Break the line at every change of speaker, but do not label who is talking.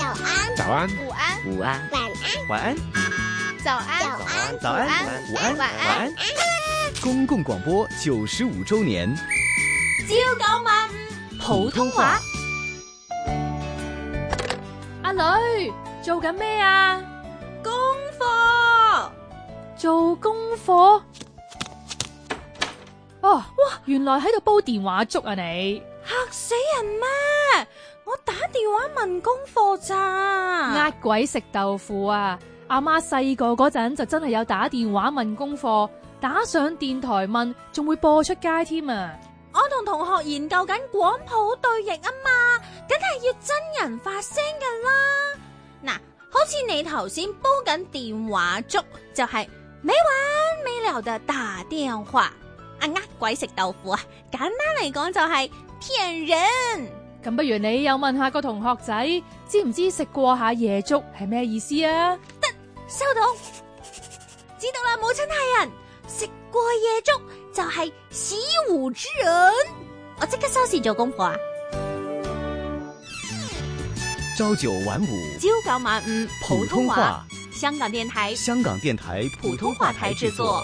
安，
午安，
午安，
晚安，
晚安，
早安，
早安
早安，午安，
晚安
晚安。公共广播九十五周年，
朝九晚五普通话。
阿女做紧咩啊？
功課
做功课。哦，哇！原來喺度煲電話粥啊你，
嚇死人咩？我打電話問功課咋？
呃鬼食豆腐啊！阿媽細個嗰陣就真係有打電話問功課，打上電台問，仲會播出街添啊！
我同同學研究緊廣譜對譯啊嘛，梗係要真人發聲㗎啦。嗱，好似你頭先煲緊電話粥，就係、沒完沒了的打電話。啊，呃鬼食豆腐啊！簡單嚟講就係騙人。
咁不如你又問下個同學仔，知唔知食過下夜粥係咩意思啊？
收到，知道啦，母親大人，食過夜粥就係使狐之人。我即刻收線做功課啊！
朝九晚五，
朝九晚五，普
通
通話，香港電台
香港电台
普通话台制作。